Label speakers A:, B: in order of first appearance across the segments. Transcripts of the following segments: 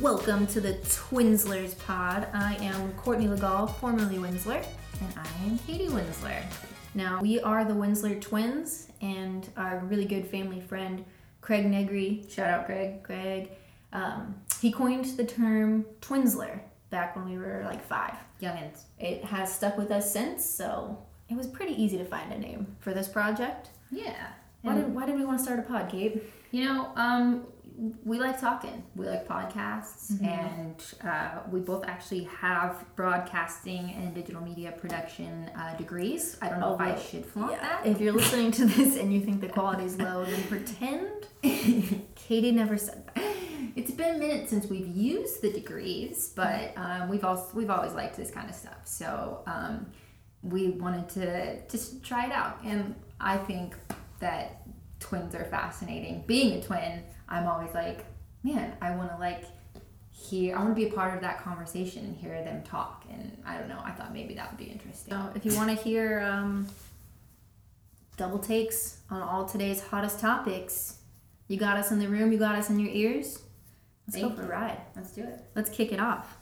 A: welcome to the Twinslers Pod. I am Courtney LeGall, formerly Winsler, and I am Katie Winsler. Now, we are the Winsler twins, and our really good family friend, Craig Negri, shout out Craig, Craig, um, he coined the term Twinsler back when we were like five.
B: Youngins.
A: It has stuck with us since, so it was pretty easy to find a name for this project.
B: Yeah.
A: Why
B: And,
A: did, why did we want to start a pod, Gabe?
B: you know, um, we like talking. We like podcasts,
A: Mm-hmm.
B: and uh, we both actually have broadcasting and digital media production uh, degrees. I don't know if I
A: Although-
B: should flaunt
A: Oh, Yeah,
B: that.
A: If you're listening to this and you think the quality's low, then pretend Katie never said that.
B: It's been a minute since we've used the degrees, but um, we've also we've always liked this kind of stuff. So um, we wanted to just try it out, and I think that twins are fascinating. Being a twin, I'm always like, man, I want to like hear, I want to be a part of that conversation and hear them talk. And I don't know, I thought maybe that would be interesting.
A: So if you want to hear um, double takes on all today's hottest topics, you got us in the room, you got us in your ears. Let's
B: Thank
A: go for
B: you.
A: a ride.
B: Let's do it.
A: Let's kick it off.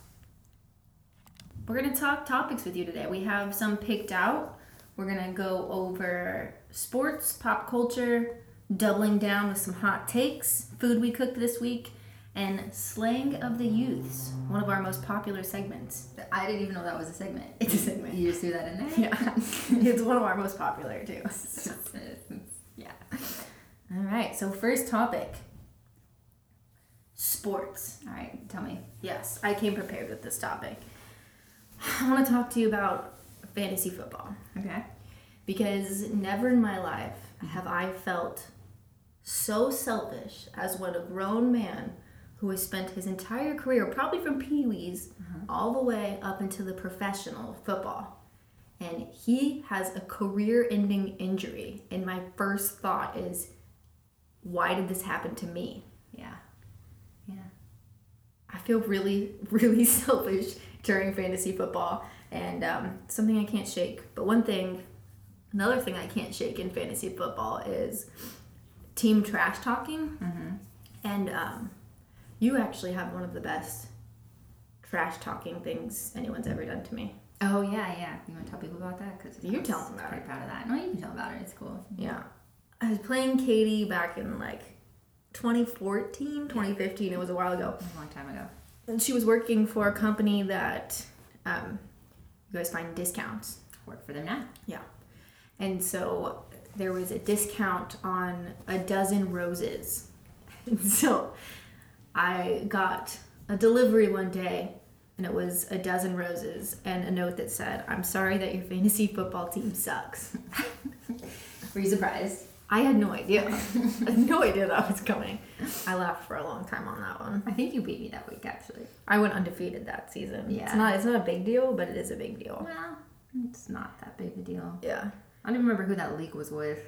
A: We're going to talk topics with you today. We have some picked out. We're going to go over sports, pop culture, doubling down with some hot takes, food we cooked this week, and slang of the youths, one of our most popular segments.
B: I didn't even know that was a segment.
A: It's a segment.
B: You just threw that in there?
A: Yeah. it's one of our most popular, too.
B: yeah.
A: All right, so first topic sports.
B: All right, tell me.
A: Yes, I came prepared with this topic. I want to talk to you about fantasy football
B: Okay.
A: because never in my life have I felt so selfish as when a grown man who has spent his entire career, probably from Pee Wees all the way up into the professional football, and he has a career ending injury. And my first thought is, why did this happen to me?
B: Yeah. Yeah.
A: I feel really, really selfish during fantasy football, and um, something I can't shake. But one thing, another thing I can't shake in fantasy football is team trash talking. And um, you actually have one of the best trash talking things anyone's ever done to me.
B: Oh yeah, yeah. You want to tell people about that? Because
A: You tell them about
B: Pretty proud of that. No, you can tell about it. It's cool.
A: Yeah. I was playing Katie back in like 2014, 2015. It was a while ago.
B: It was a long time ago.
A: And she was working for a company that um, you guys find discounts.
B: Work for them now.
A: Yeah. And so there was a discount on a dozen roses. And so I got a delivery one day and it was a dozen roses and a note that said, I'm sorry that your fantasy football team sucks.
B: Were you surprised?
A: I had no idea. I had no idea that was coming. I laughed for a long time on that one.
B: I think you beat me that week actually.
A: I went undefeated that season. It's
B: Yeah.
A: not it's not a big deal, but it is a big deal.
B: Well, it's not that big of a deal.
A: Yeah.
B: I don't even remember who that league was with.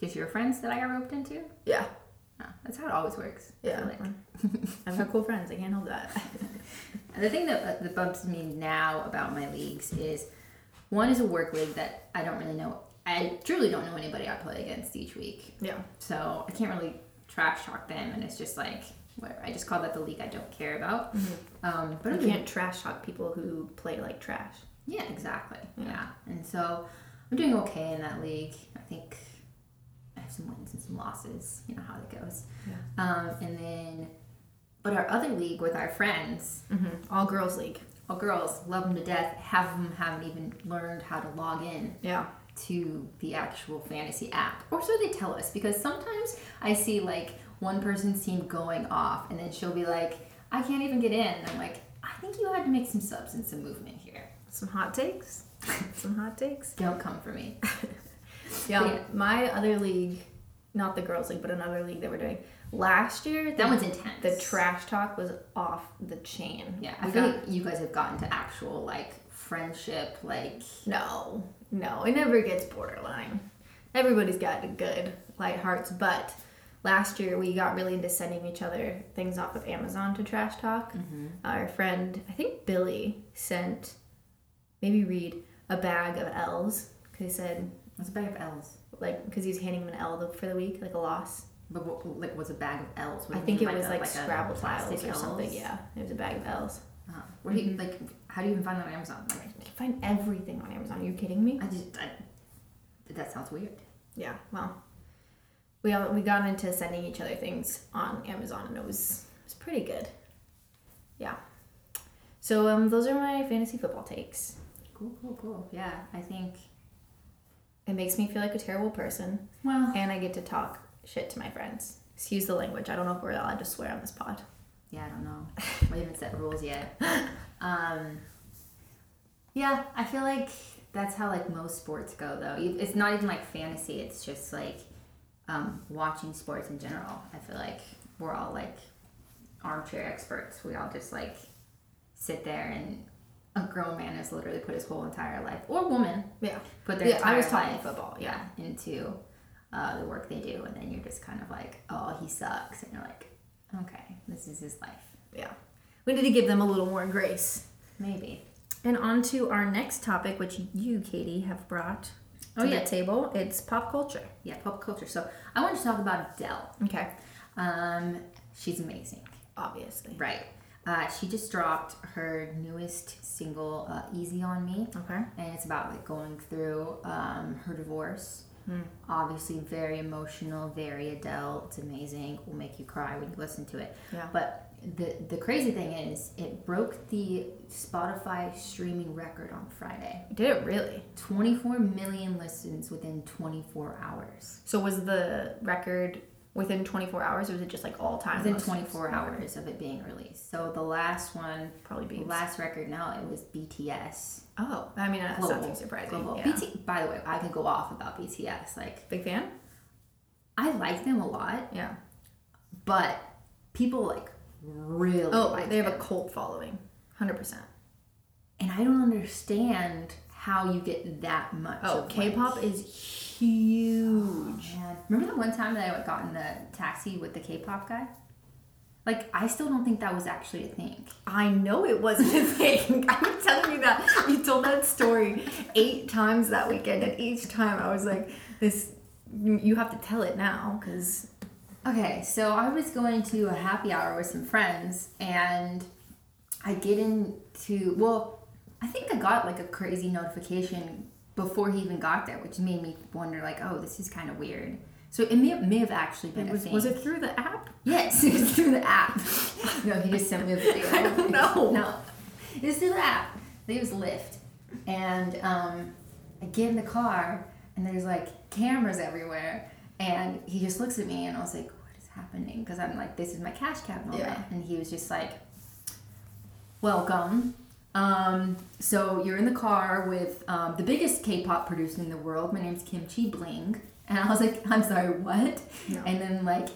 B: Just your friends that I got roped into.
A: Yeah.
B: No, that's how it always works. I
A: Yeah.
B: feel like.
A: I've got cool friends. I can't help that.
B: And the thing that that bumps me now about my leagues is one is a work league that I don't really know. I truly don't know anybody I play against each week.
A: Yeah.
B: So I can't really trash talk them, and it's just like whatever. I just call that the league I don't care about. Um, but
A: But
B: I'm
A: you can't trash talk people who play like trash.
B: yeah, exactly.
A: Yeah.
B: Yeah. and so I'm doing okay in that league. I think I have some wins and some losses. You know how that goes.
A: Yeah.
B: Um, and then, but our other league with our friends,
A: All girls league.
B: well, girls love them to death. Half of them haven't even learned how to log in
A: Yeah.
B: to the actual fantasy app. Or so they tell us, because sometimes I see like one person's team going off and then she'll be like, I can't even get in. And I'm like, I think you had to make some substance and movement here.
A: Some hot takes. Some hot takes.
B: Don't come for me.
A: Yeah.
B: Yeah.
A: My other league, not the girls league, but another league that we're doing last year.
B: That
A: the-
B: one's intense.
A: The trash talk was off the chain.
B: Yeah.
A: We
B: I feel
A: got-
B: like you guys have gotten to actual like friendship, like
A: No, no, it never gets borderline. Everybody's got good light hearts, but last year we got really into sending each other things off of Amazon to trash talk.
B: Mm-hmm.
A: Our friend, I think Billy, sent maybe Reed a bag of L's. 'cause He said
B: what's a bag of L's?
A: like because he's handing him an L the- for the week, like a loss.
B: But what, like, was a bag of L's? What
A: I
B: do you
A: think it
B: mean,
A: was
B: a-
A: like,
B: a
A: Scrabble tiles
B: plastic
A: or something.
B: Ls?
A: Yeah, Mm-hmm. it was a bag of L's.
B: Uh, where do you like? How do you even find that on Amazon? Like,
A: You can find everything on Amazon. Are you kidding me?
B: I just I, that sounds weird.
A: Yeah. Well, we all, we got into sending each other things on Amazon, and it was it was pretty good. Yeah. So um, those are my fantasy football takes.
B: Cool, cool, cool. Yeah, I think.
A: It makes me feel like a terrible person,
B: Well,
A: and I get to talk shit to my friends. Excuse the language. I don't know if we're allowed to swear on this pod.
B: yeah, I don't know. We haven't set rules yet. Um, yeah, I feel like that's how like most sports go though. You- It's not even like fantasy. It's just like um, watching sports in general. I feel like we're all like armchair experts. We all just like sit there and a grown man has literally put his whole entire life or woman
A: Yeah.
B: put their
A: Yeah,
B: entire
A: I was talking
B: life,
A: football,
B: yeah, into uh, the work they do, and then you're just kind of like, oh, he sucks, and you're like, okay, this is his life,
A: Yeah. We need to give them a little more grace.
B: maybe.
A: And on to our next topic, which you, Katie, have brought to
B: Oh, yeah.
A: the table. It's pop culture.
B: Yeah, pop culture. So I want to talk about Adele.
A: Okay.
B: Um, she's amazing,
A: Obviously.
B: right? Uh, she just dropped her newest single, uh, "Easy on Me,"
A: Okay.
B: and it's about like going through um, her divorce.
A: Hmm.
B: Obviously, very emotional, very Adele. It's amazing. Will make you cry when you listen to it.
A: Yeah.
B: But the the crazy thing is, it broke the Spotify streaming record on Friday.
A: Did it really?
B: 24 million listens within 24 hours.
A: So was the record within 24 hours, or was it just like all time?
B: Within
A: listens?
B: 24 hours of it being released. So the last one,
A: Probably be.
B: the last record now, it was BTS.
A: Oh, I mean, that's not
B: Global.
A: too surprising.
B: Global.
A: Yeah.
B: BT, by the way, I could go off about BTS. Like,
A: Big fan?
B: I like them a lot,
A: Yeah.
B: but people like really
A: Oh,
B: like
A: they have
B: them.
A: a cult following. 100%.
B: and I don't understand how you get that much.
A: Oh,
B: of,
A: K
B: like,
A: pop is huge.
B: Man, remember the one time that I got in the taxi with the K-pop guy? Like, I still don't think that was actually a thing.
A: I know it wasn't a thing. I'm telling you that. You told that story eight times that weekend, and each time I was like, this, you have to tell it now, because.
B: Okay, so I was going to a happy hour with some friends, and I get into well, I think I got like a crazy notification before he even got there, which made me wonder like, oh, this is kind of weird. So it may, may have actually been a
A: Was,
B: thing.
A: was it through the app?
B: Yes, it was through the app. no, he just sent me a video. I
A: don't know.
B: No, it was through the app. I think It was Lyft. And um, I get in the car, and there's like cameras everywhere. And he just looks at me, and I was like, what is happening? Because I'm like, this is my cash cab moment.
A: Yeah.
B: And he was just like, welcome. Um, so you're in the car with um, the biggest K-pop producer in the world. My name's Kimchi Bling, and I was like, I'm sorry, what?
A: No.
B: And then like,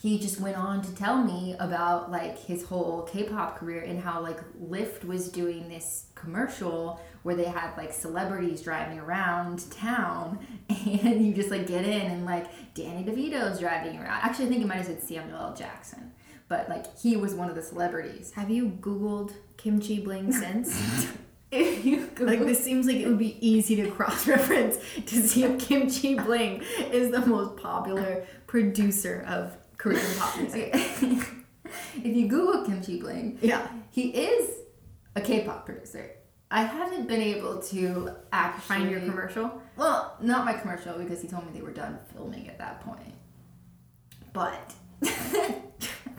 B: he just went on to tell me about like his whole K-pop career and how like Lyft was doing this commercial where they had like celebrities driving around town, and you just like get in and like Danny DeVito's driving around. Actually, I think it might have said Samuel L. Jackson. But like he was one of the celebrities.
A: Have you Googled kimchi bling since?
B: If you Google
A: like, this seems like it would be easy to cross reference to see if kimchi bling is the most popular producer of Korean pop music.
B: if you Google Kimchi Bling,
A: Yeah.
B: he is a K-pop producer. I haven't been able to actually
A: Find your commercial?
B: Well, not my commercial because he told me they were done filming at that point. But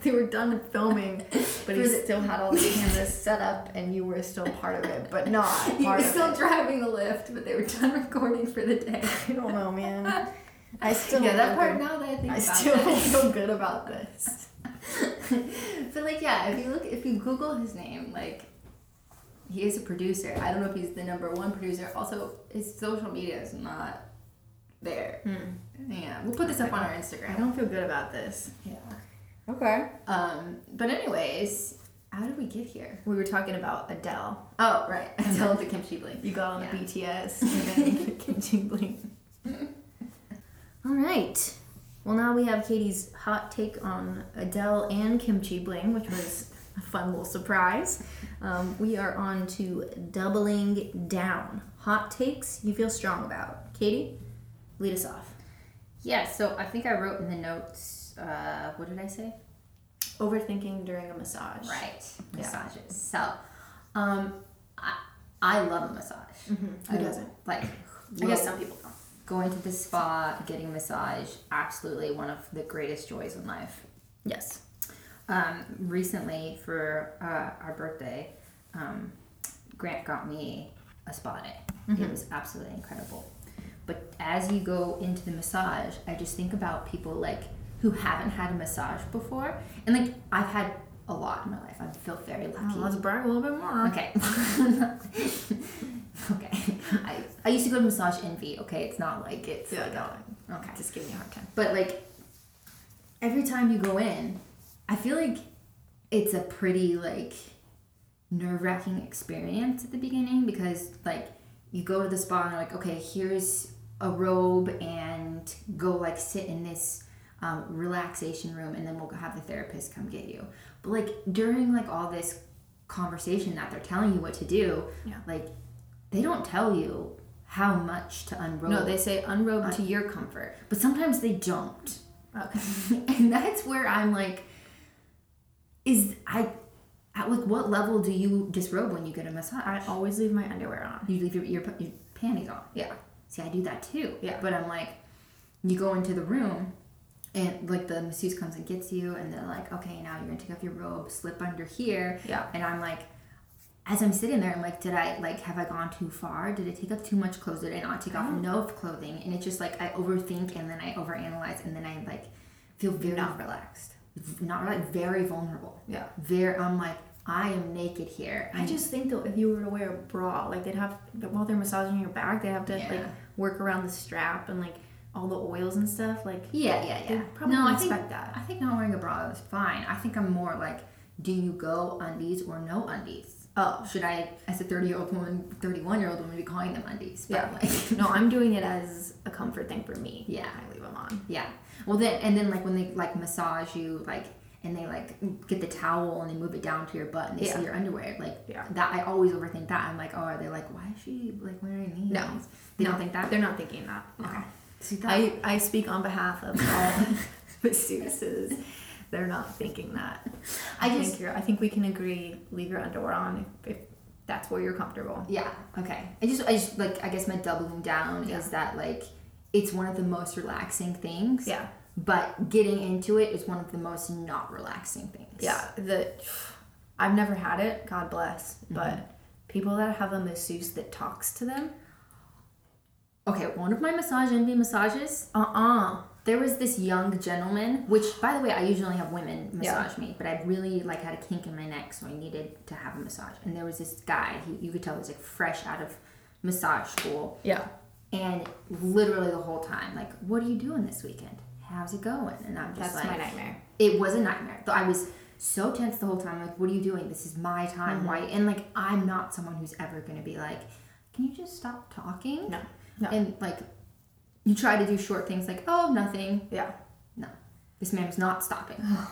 A: They were done filming, but he
B: For the-
A: still had all the cameras set up, and you were still part of it, but not
B: he
A: part
B: was
A: of
B: still
A: it.
B: driving the lift, but they were done recording for the day.
A: I don't know, man. I still
B: yeah,
A: don't
B: that part.
A: feel-
B: Now that I think
A: I
B: about
A: still don't
B: that,
A: feel good about this.
B: but like yeah if you look if you google his name like he is a producer i don't know if he's the number one producer also his social media is not there yeah we'll put this up on our
A: Hmm. I
B: instagram
A: don't feel good about this.
B: yeah
A: Okay.
B: um but anyways how did we get here
A: We were talking about Adele.
B: oh right i told the kimchi bling
A: You got on
B: Yeah.
A: the BTS and then Kimchi Bling. All right. Well, now we have Katie's hot take on Adele and Kimchi Bling, which was a fun little surprise. Um, we are on to doubling down. Hot takes you feel strong about. Katie, lead us off.
B: Yeah, so I think I wrote in the notes uh, what did I say?
A: Overthinking during a massage.
B: Right,
A: Yeah.
B: massages. So, um, I, I love a massage.
A: Mm, Who
B: I
A: doesn't?
B: Like,
A: I guess
B: love
A: some people don't.
B: going to the spa, getting a massage, absolutely one of the greatest joys in life.
A: Yes.
B: Um, recently, for uh, our birthday, um, Grant got me a spa day.
A: Mm-hmm.
B: It was absolutely incredible. But as you go into the massage, I just think about people like who haven't had a massage before, and like I've had a lot in my life. I feel very lucky.
A: Oh, let's brag a little bit more.
B: Okay. okay. I, I used to go to massage envy. Okay, it's not like it's
A: Yeah,
B: like a-
A: no.
B: okay.
A: Oh, Just giving you a hard time.
B: But like every time you go in, I feel like it's a pretty like nerve wracking experience at the beginning because like you go to the spa and you're like, okay, here's a robe and go like sit in this um, relaxation room and then we'll have the therapist come get you. But like during like all this conversation that they're telling you what to do,
A: Yeah.
B: like they don't tell you how much to unrobe
A: No, they say unrobe uh,
B: to
A: to
B: your comfort. But sometimes they don't.
A: Okay.
B: and that's where I'm like, is I at like what level do you disrobe when you get a massage?
A: I always leave my underwear on.
B: you leave your, your your panties on.
A: Yeah.
B: See, I do that too.
A: Yeah.
B: But I'm like, you go into the room, and like the masseuse comes and gets you, and they're like, okay, now you're gonna take off your robe, slip under here.
A: Yeah.
B: And I'm like, as I'm sitting there, I'm like, did I like have I gone too far? Did I take up too much clothes? Did I not take off enough clothing? And it's just like I overthink and then I overanalyze and then I like feel very
A: Not relaxed.
B: not like very vulnerable.
A: Yeah.
B: Very, I'm like, I am naked here.
A: I just think though, if you were to wear a bra, like they'd have while they're massaging your back, they have to
B: Yeah.
A: like work around the strap and like all the oils and stuff. Like
B: Yeah, yeah,
A: They
B: yeah.
A: probably
B: I
A: respect
B: think,
A: that.
B: I think not wearing a bra is fine. I think I'm more like, do you go undies or no undies?
A: oh
B: Should I, as a 30 year old woman, 31 year old woman, be calling them undies? But
A: yeah,
B: Like,
A: no, I'm doing it as a comfort thing for me.
B: Yeah.
A: I leave them on.
B: yeah. Well, then, and then like when they like massage you, like, and they like get the towel and they move it down to your butt and they
A: Yeah.
B: see your underwear. Like,
A: Yeah.
B: that I always overthink that. I'm like, oh, are they like, why is she like wearing these?
A: No.
B: They
A: No,
B: don't think that?
A: They're not thinking that.
B: Okay. See, that,
A: I I speak on behalf of all masseuses. They're not thinking that.
B: I just-
A: think you're, I think we can agree. Leave your underwear on if, if that's where you're comfortable.
B: Yeah. Okay. I just, I just like, I guess my doubling down
A: Yeah.
B: is that like, it's one of the most relaxing things.
A: Yeah.
B: But getting into it is one of the most not relaxing things.
A: Yeah, the I've never had it. God bless.
B: Mm-hmm.
A: But people that have a masseuse that talks to them,
B: Okay. One of my massage envy massages,
A: uh uh
B: there was this young gentleman, which by the way, I usually have women
A: Yeah.
B: massage me, but I really like had a kink in my neck, so I needed to have a massage. And there was this guy, he, you could tell he was like fresh out of massage school.
A: Yeah.
B: And literally the whole time, like, what are you doing this weekend? How's it going? And I'm
A: That's
B: just like,
A: my nightmare.
B: it was a nightmare. Though I was so tense the whole time. Like, what are you doing? This is my time.
A: Mm-hmm.
B: Why? And like, I'm not someone who's ever gonna be like, can you just stop talking?
A: No. No.
B: And like, you try to do short things like, oh, nothing.
A: yeah.
B: No, this man was not stopping.
A: Uh-huh.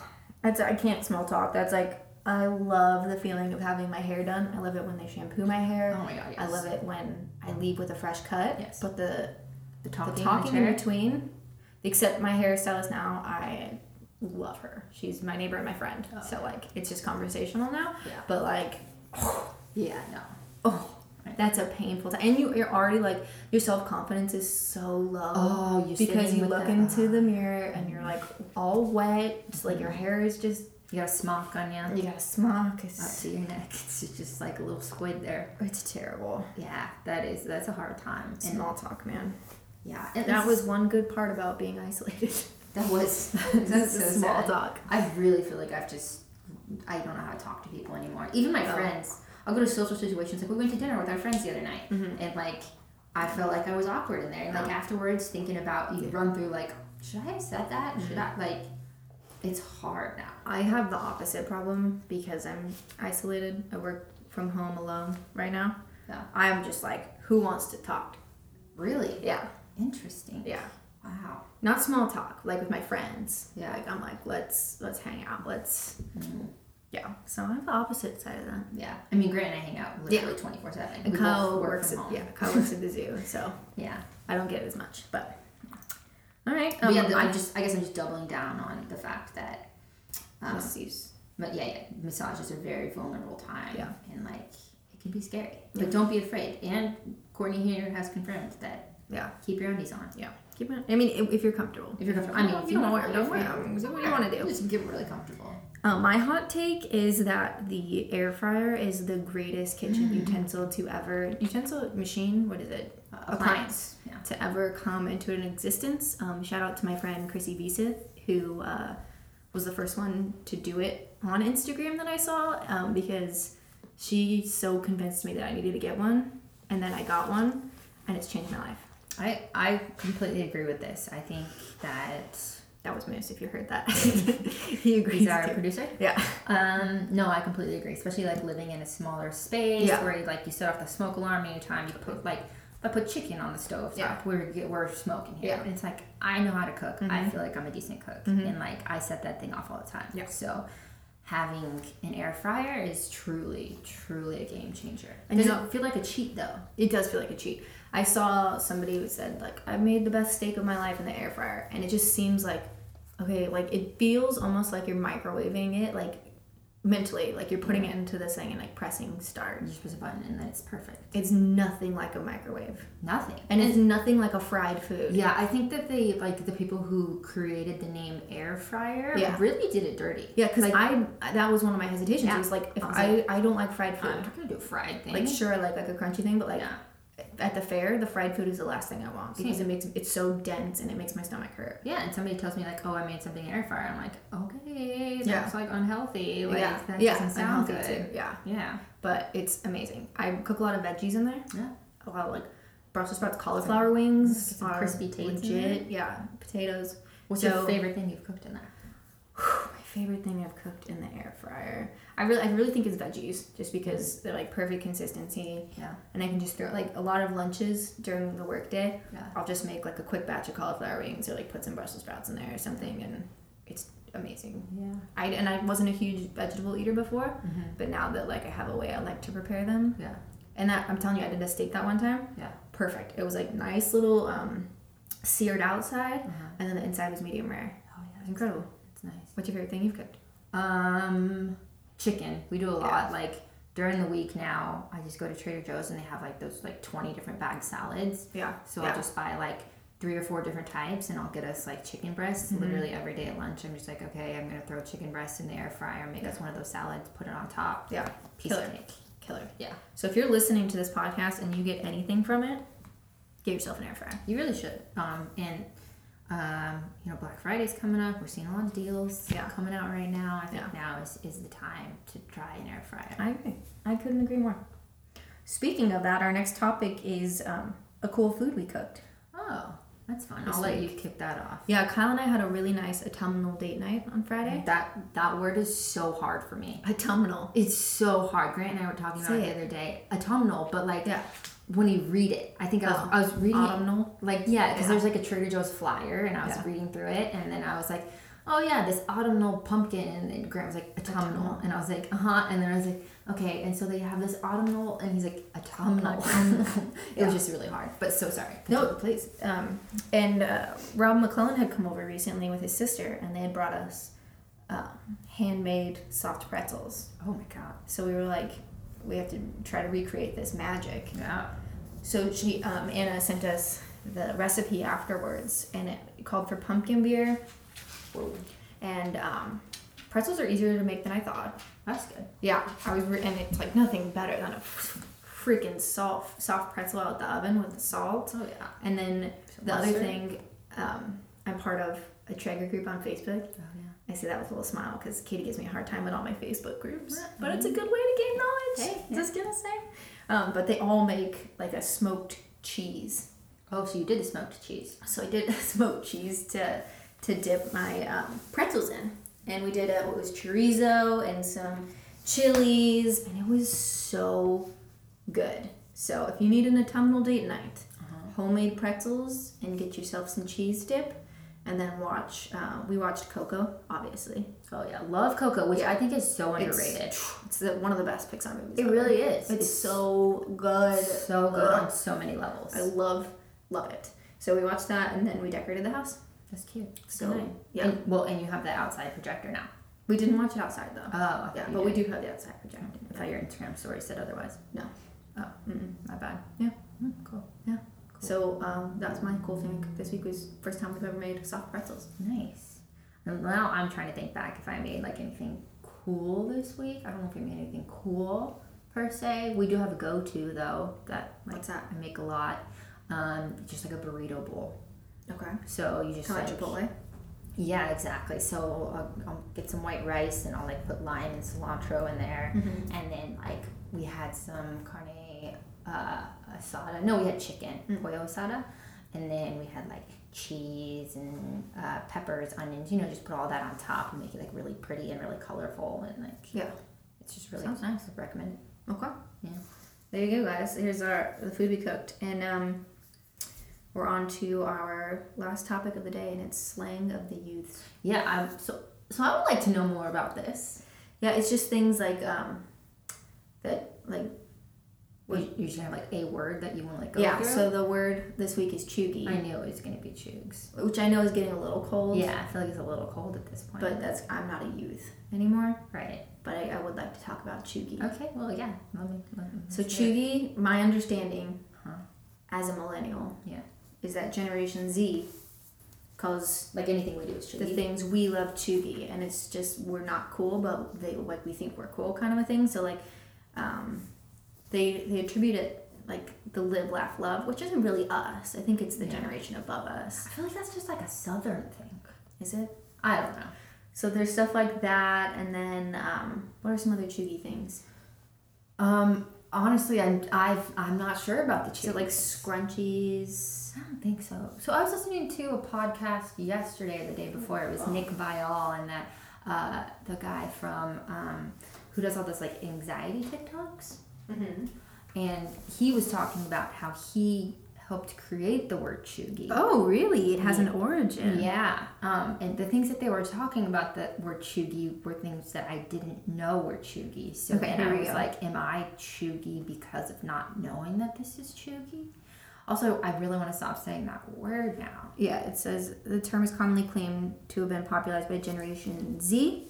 A: That's I can't small talk. That's like I love the feeling of having my hair done. I love it when they shampoo my hair.
B: Oh my God,
A: I
B: yes.
A: love it when I leave with a fresh cut.
B: Yes.
A: But the
B: The
A: the
B: talking,
A: talking in
B: chair.
A: between, except my hairstylist now, I love her. She's my neighbor and my friend. So like it's just conversational now.
B: Yeah.
A: But like
B: Yeah, no.
A: Oh, that's a painful time. And you, you're already like your self confidence is so low.
B: Oh, you're
A: because
B: sitting
A: you
B: with
A: look
B: that-
A: into the uh-huh. mirror and you're like all wet. It's like your hair is just
B: You got a smock on you.
A: you got a smock.
B: Up
A: It's
B: to your neck. It's just like a little squid there.
A: it's terrible.
B: Yeah, that is that's a hard time. And
A: Small talk, man.
B: yeah, and
A: That
B: it's-
A: was one good part about being isolated.
B: That was that's so
A: small
B: sad.
A: talk.
B: I really feel like I've just I don't know how to talk to people anymore. Even my
A: No.
B: friends. I'll go to social situations. Like we went to dinner with our friends the other night,
A: Mm-hmm.
B: and like I felt like I was awkward in there.
A: Oh.
B: And like afterwards, thinking about you run through like, should I have said that? Should
A: Mm-hmm.
B: I like? It's hard now.
A: I have the opposite problem because I'm isolated. I work from home alone right now.
B: Yeah.
A: I'm just like, who wants to talk?
B: Really
A: Yeah,
B: interesting.
A: yeah.
B: Wow.
A: not small talk like with my friends
B: Yeah.
A: like i'm like let's let's hang out let's yeah so i'm the opposite side of that
B: Mm-hmm. Yeah. I mean, Grant and I hang out literally twenty four seven.
A: and kyle works
B: from
A: at,
B: home.
A: yeah kyle works at the zoo so
B: Yeah.
A: i don't get it as much but
C: All right.
B: But
C: Um,
B: yeah, I'm just. I guess I'm just doubling down on the fact that. Um,
A: Masseuse.
B: but yeah, yeah, massages are very vulnerable time.
A: Yeah.
B: And like it can be scary, but don't be afraid. And Courtney here has confirmed that
A: Yeah.
B: keep your undies on.
A: Yeah. Keep it. I mean, if, if you're comfortable.
B: If you're comfortable, I mean, if
A: You
B: you
A: don't
B: want
A: wear it, don't wear it. Do what you wanna do.
B: Just get really comfortable.
A: Um, my hot take is that the air fryer is the greatest kitchen utensil to ever utensil machine. What is it?
B: Appliance. Yeah.
A: to ever come into an existence. Um, shout out to my friend Chrissy Vesith, who uh, was the first one to do it on Instagram that I saw um, because she so convinced me that I needed to get one, and then I got one, and it's changed my life.
B: I I completely agree with this. I think that
A: That was Moose, if you heard that. he agrees.
B: he's our
A: too.
B: producer.
A: Yeah.
B: Um, no, I completely agree. Especially like living in a smaller space
A: Yeah.
B: where like you set off the smoke alarm anytime you put like if I put chicken on the stove,
A: Yeah.
B: we're we're smoking here.
A: Yeah. Mm-hmm.
B: And it's like I know how to cook. I feel like I'm a decent cook, and like I set that thing off all the time.
A: Yeah.
B: So having an air fryer is truly, truly a game changer.
A: And
B: Does
A: you
B: it feel like a cheat though?
A: It does feel like a cheat. I saw somebody who said like I made the best steak of my life in the air fryer, and it just seems like okay, like it feels almost like you're microwaving it, like mentally, like you're putting it into this thing and like pressing start.
B: You just press a button and then it's perfect.
A: It's nothing like a microwave,
B: Nothing.
A: and it's nothing like a fried food.
B: Yeah, I think that they like the people who created the name air fryer
A: Yeah.
B: really did it dirty.
A: Yeah, because
B: Like-
A: I that was one of my hesitations.
B: Yeah.
A: It was like if
B: I was
A: I I don't like fried
B: I'm
A: food,
B: not gonna do a fried thing.
A: like sure I like like a crunchy thing, but like
B: Yeah.
A: at the fair, the fried food is the last thing I want because
B: Same.
A: it makes it's so dense and it makes my stomach hurt.
B: yeah, and somebody tells me like, "Oh, I made something in air fryer." I'm like, "Okay, that's
A: Yeah.
B: like unhealthy. Like
A: yeah,
B: that
A: yeah,
B: doesn't sound
A: unhealthy
B: good."
A: Too. Yeah.
B: Yeah,
A: but it's amazing. I cook a lot of veggies in there.
B: yeah.
A: A lot of like Brussels sprouts, cauliflower wings,
B: Get some
A: are
B: crispy tates in
A: Legit, yeah. Potatoes.
B: What's your
A: So-
B: favorite thing you've cooked in there?
A: Oh, My favorite thing I've cooked in the air fryer. I really, I really think it's veggies, just because they're like perfect consistency,
B: Yeah,
A: and I can just throw like a lot of lunches during the workday.
B: yeah.
A: I'll just make like a quick batch of cauliflower wings, or like put some Brussels sprouts in there or something, and it's amazing.
B: Yeah.
A: I and I wasn't a huge vegetable eater before,
B: Mhm.
A: but now that like I have a way I like to prepare them,
B: Yeah.
A: And that I'm telling you, I did a steak that one time.
B: Yeah.
A: Perfect. It was like nice little um, seared outside,
B: Uh-huh.
A: and then the inside was medium rare.
B: Oh yeah,
A: It's
B: that's,
A: incredible.
B: that's nice.
A: What's your favorite thing you've cooked?
B: Um, chicken. We do a lot. Like during the week now, I just go to Trader Joe's and they have like those like twenty different bag salads.
A: Yeah.
B: So
A: yeah.
B: I'll just buy like three or four different types and I'll get us like chicken breasts literally every day at lunch. I'm just like, okay, I'm gonna throw chicken breast in the air fryer, make us one of those salads, put it on top.
A: yeah,
B: Piece
A: Killer.
B: of cake.
A: killer.
B: Yeah.
A: So if you're listening to this podcast and you get anything from it, get yourself an air fryer.
B: You really should. Um and um, you know, Black Friday's coming up. We're seeing a lot of deals
A: Yeah.
B: coming out right now. I think
A: Yeah.
B: now is, is the time to try an air fryer.
A: I agree. I couldn't agree more. Speaking of that, our next topic is um, a cool food we cooked.
B: Oh, that's fun.
A: This
B: I'll let
A: week.
B: you kick that off.
A: Yeah, Kyle and I had a really nice autumnal date night on Friday.
B: That that word is so hard for me.
A: Autumnal.
B: It's so hard. Grant and I were talking about
A: Say
B: it
A: it.
B: the other day. Autumnal, but like
A: Yeah.
B: when you read it, I think I was,
A: Oh.
B: I was reading it,
A: Autumnal.
B: like yeah, because
A: Yeah.
B: there's like a Trader Joe's flyer, and I was
A: Yeah.
B: reading through it, and then I was like, oh yeah, this autumnal pumpkin, and then Grant was like autumnal,
A: Autumnal.
B: and I was like uh huh, and then I was like okay, and so they have this autumnal, and he's like autumnal. it
A: Yeah.
B: was just really hard, but so sorry.
A: No, please. Um, and uh, Rob McClellan had come over recently with his sister, and they had brought us um, handmade soft pretzels.
B: Oh my god.
A: So we were like, we have to try to recreate this magic.
B: Yeah.
A: So she, um, Anna, sent us the recipe afterwards, and it called for pumpkin beer. And um, pretzels are easier to make than I thought.
B: That's good.
A: Yeah, I was, re- and it's like nothing better than a freaking soft, soft pretzel out the oven with the salt.
B: Oh yeah.
A: And then
B: Some
A: the other
B: mustard?
A: thing, um, I'm part of a Traeger group on Facebook.
B: Oh yeah.
A: I say that with a little smile because Katie gives me a hard time with all my Facebook groups,
B: Right.
A: but it's a good way to gain knowledge.
B: Hey,
A: Just gonna say. Um, but they all make like a smoked cheese,
B: Oh, so you did the smoked cheese.
A: so I did a smoked cheese to to dip my um, pretzels in, and we did a, it was chorizo and some chilies, and it was so good. So if you need an autumnal date night,
B: Uh-huh.
A: homemade pretzels and get yourself some cheese dip and then watch uh, we watched coco obviously
B: Oh yeah, love Coco, which I think is so
A: It's-
B: underrated.
A: it's the, one of the best pixar movies
B: It
A: ever.
B: really is.
A: it's, so good
B: so good
A: Ugh.
B: on so many levels.
A: i love love it so we watched that and then we decorated the house
B: That's cute.
A: So
B: Good night.
A: yeah,
B: And- well, and you have the outside projector now. We didn't watch it outside though. Oh, I
A: yeah,
B: thought you
A: but we
B: did.
A: do have the outside projector.
B: I thought your Instagram story said otherwise.
A: No.
B: Oh,
A: Mm-mm.
B: my bad.
A: Yeah.
B: Mm, cool.
A: So um, that's my cool thing this week was first time we've ever made soft pretzels.
B: Nice. And now I'm trying to think back if I made like anything cool this week. I don't know if we made anything cool per se. We do have a go-to though that like
A: What's that?
B: I make a lot. Um, just like a burrito bowl.
A: Okay.
B: So you just
A: Kind of
B: like-
A: like Chipotle.
B: Yeah, exactly. So I'll, I'll get some white rice and I'll like put lime and cilantro in there, and then like we had some carne uh, asada. No, we had chicken
A: Mm.
B: pollo asada, and then we had like cheese and uh, peppers, onions. You know, just put all that on top and make it like really pretty and really colorful and like
A: Yeah.
B: it's just really
A: Sounds nice.
B: Recommend.
A: Okay.
B: Yeah.
A: There you go, guys. Here's our the food we cooked, and um, we're on to our last topic of the day, and it's slang of the youths.
B: Yeah. i so so I would like to know more about this.
A: Yeah, it's just things like um, that like
B: You, you should have like a word that you want to like go
A: yeah.
B: through.
A: So the word this week is chuggy,
B: I knew it was gonna be chugs.
A: which I know is getting a little cold.
B: Yeah, I feel like it's a little cold at this point.
A: But that's I'm not a youth anymore,
B: right.
A: but I, I would like to talk about chuggy.
B: Okay. Well, yeah. Let me. Let me
A: So
B: hear it.
A: chuggy, my understanding
B: Huh.
A: as a millennial,
B: Yeah.
A: is that Generation Z calls
B: Like anything we do is
A: the
B: chuggy.
A: things we love chuggy and it's just we're not cool but they like we think we're cool kind of a thing so like um, they they attribute it like the live laugh love which isn't really us i think it's the
B: Yeah.
A: generation above us
B: I feel like that's just like a southern thing.
A: is it
B: I don't know.
A: so there's stuff like that and then um, what are some other chuggy things
B: Um. Honestly, I'm. I've. I'm not sure about the
A: so
B: chuggy.
A: like scrunchies
B: I don't think so. So I was listening to a podcast yesterday, or the day before. It was Nick Viall and that uh, the guy from um, who does all this like anxiety TikToks.
A: mm-hmm.
B: and he was talking about how he helped create the word chuggy.
A: oh really it has an origin
B: Yeah, um, and the things that they were talking about that were chuggy were things that I didn't know were chuggy. So
A: Okay,
B: then
A: here
B: I
A: we
B: was
A: go.
B: like, "Am I chuggy because of not knowing that this is chuggy?" Also, I really want to stop saying that word now.
A: Yeah, it says the term is commonly claimed to have been popularized by Generation Z.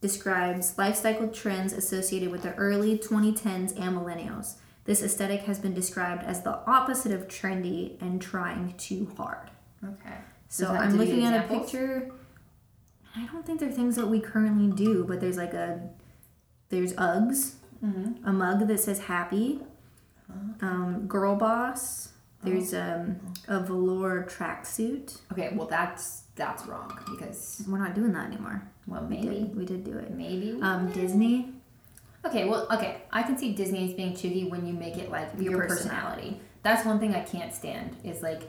A: Describes life cycle trends associated with the early 2010s and millennials. This aesthetic has been described as the opposite of trendy and trying too hard.
B: Okay.
A: So
B: Does that
A: I'm
B: give you
A: looking at a
B: examples?
A: picture. I don't think they're things that we currently do, but there's like a there's Uggs,
B: Mhm.
A: a mug that says happy, um, girl boss. There's um, a velour tracksuit.
B: Okay. Well, that's that's wrong because
A: We're not doing that anymore.
B: well
A: We
B: maybe
A: did, we did do it.
B: maybe we
A: Um,
B: did.
A: Disney.
B: Okay, well, okay. I can see Disney as being chuggy when you make it like your,
A: Your
B: personality. That's one thing I can't stand is like,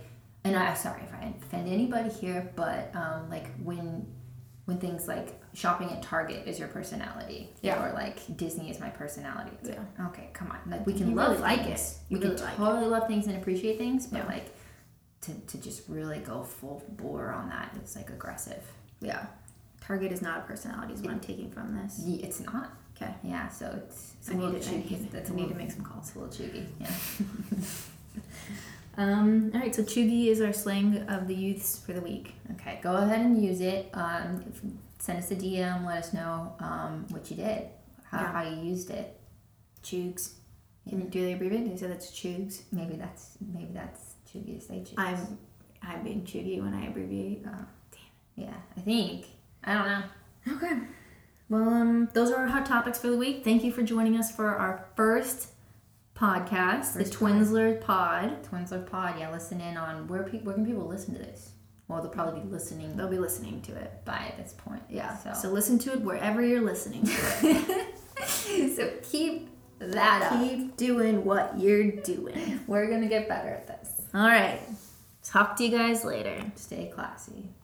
B: and I'm sorry if I offend anybody here, but um, like when when things like shopping at Target is your personality,
A: Yeah.
B: or like Disney is my personality. It's like, okay, come on. Like we
A: You
B: can
A: really
B: love
A: like
B: things.
A: it. You
B: we can
A: really like it.
B: totally love things and appreciate things, but
A: Yeah.
B: like to to just really go full bore on that, it's like aggressive.
A: Yeah. Target is not a personality. Is what I'm taking from this.
B: Ye- It's not.
A: Okay.
B: Yeah, so it's, it's a
A: I need
B: little
A: to- I
B: cheeky.
A: need-
B: That's
A: I
B: a
A: need to
B: little,
A: make some
B: calls. It's a little cheeky. Yeah.
A: Um. All right. So chuggy is our slang of the youths for the week.
B: Okay, go ahead and use it. Um, if- send us a DM. Let us know um, what you did, how,
A: Yeah.
B: how you used it.
A: Chugs. Can, do they abbreviate? They said that's chugs.
B: Maybe that's maybe that's Chugi to say Chugs.
A: I'm I'm being chuggy when I abbreviate. uh,
B: yeah, I think I don't know.
A: Okay. Well, um, those are our hot topics for the week. Thank you for joining us for our first podcast,
B: First
A: the
B: pod.
A: Twinsler Pod.
B: Twinsler Pod. Yeah, listen in on where pe- where can people listen to this? Well, they'll probably be listening
A: They'll be listening to it.
B: by this point.
A: Yeah.
B: So
A: so listen to it wherever you're listening to it.
B: so keep that up.
A: Keep doing what you're doing.
B: We're gonna get better at this.
A: All right. Talk to you guys later.
B: Stay classy.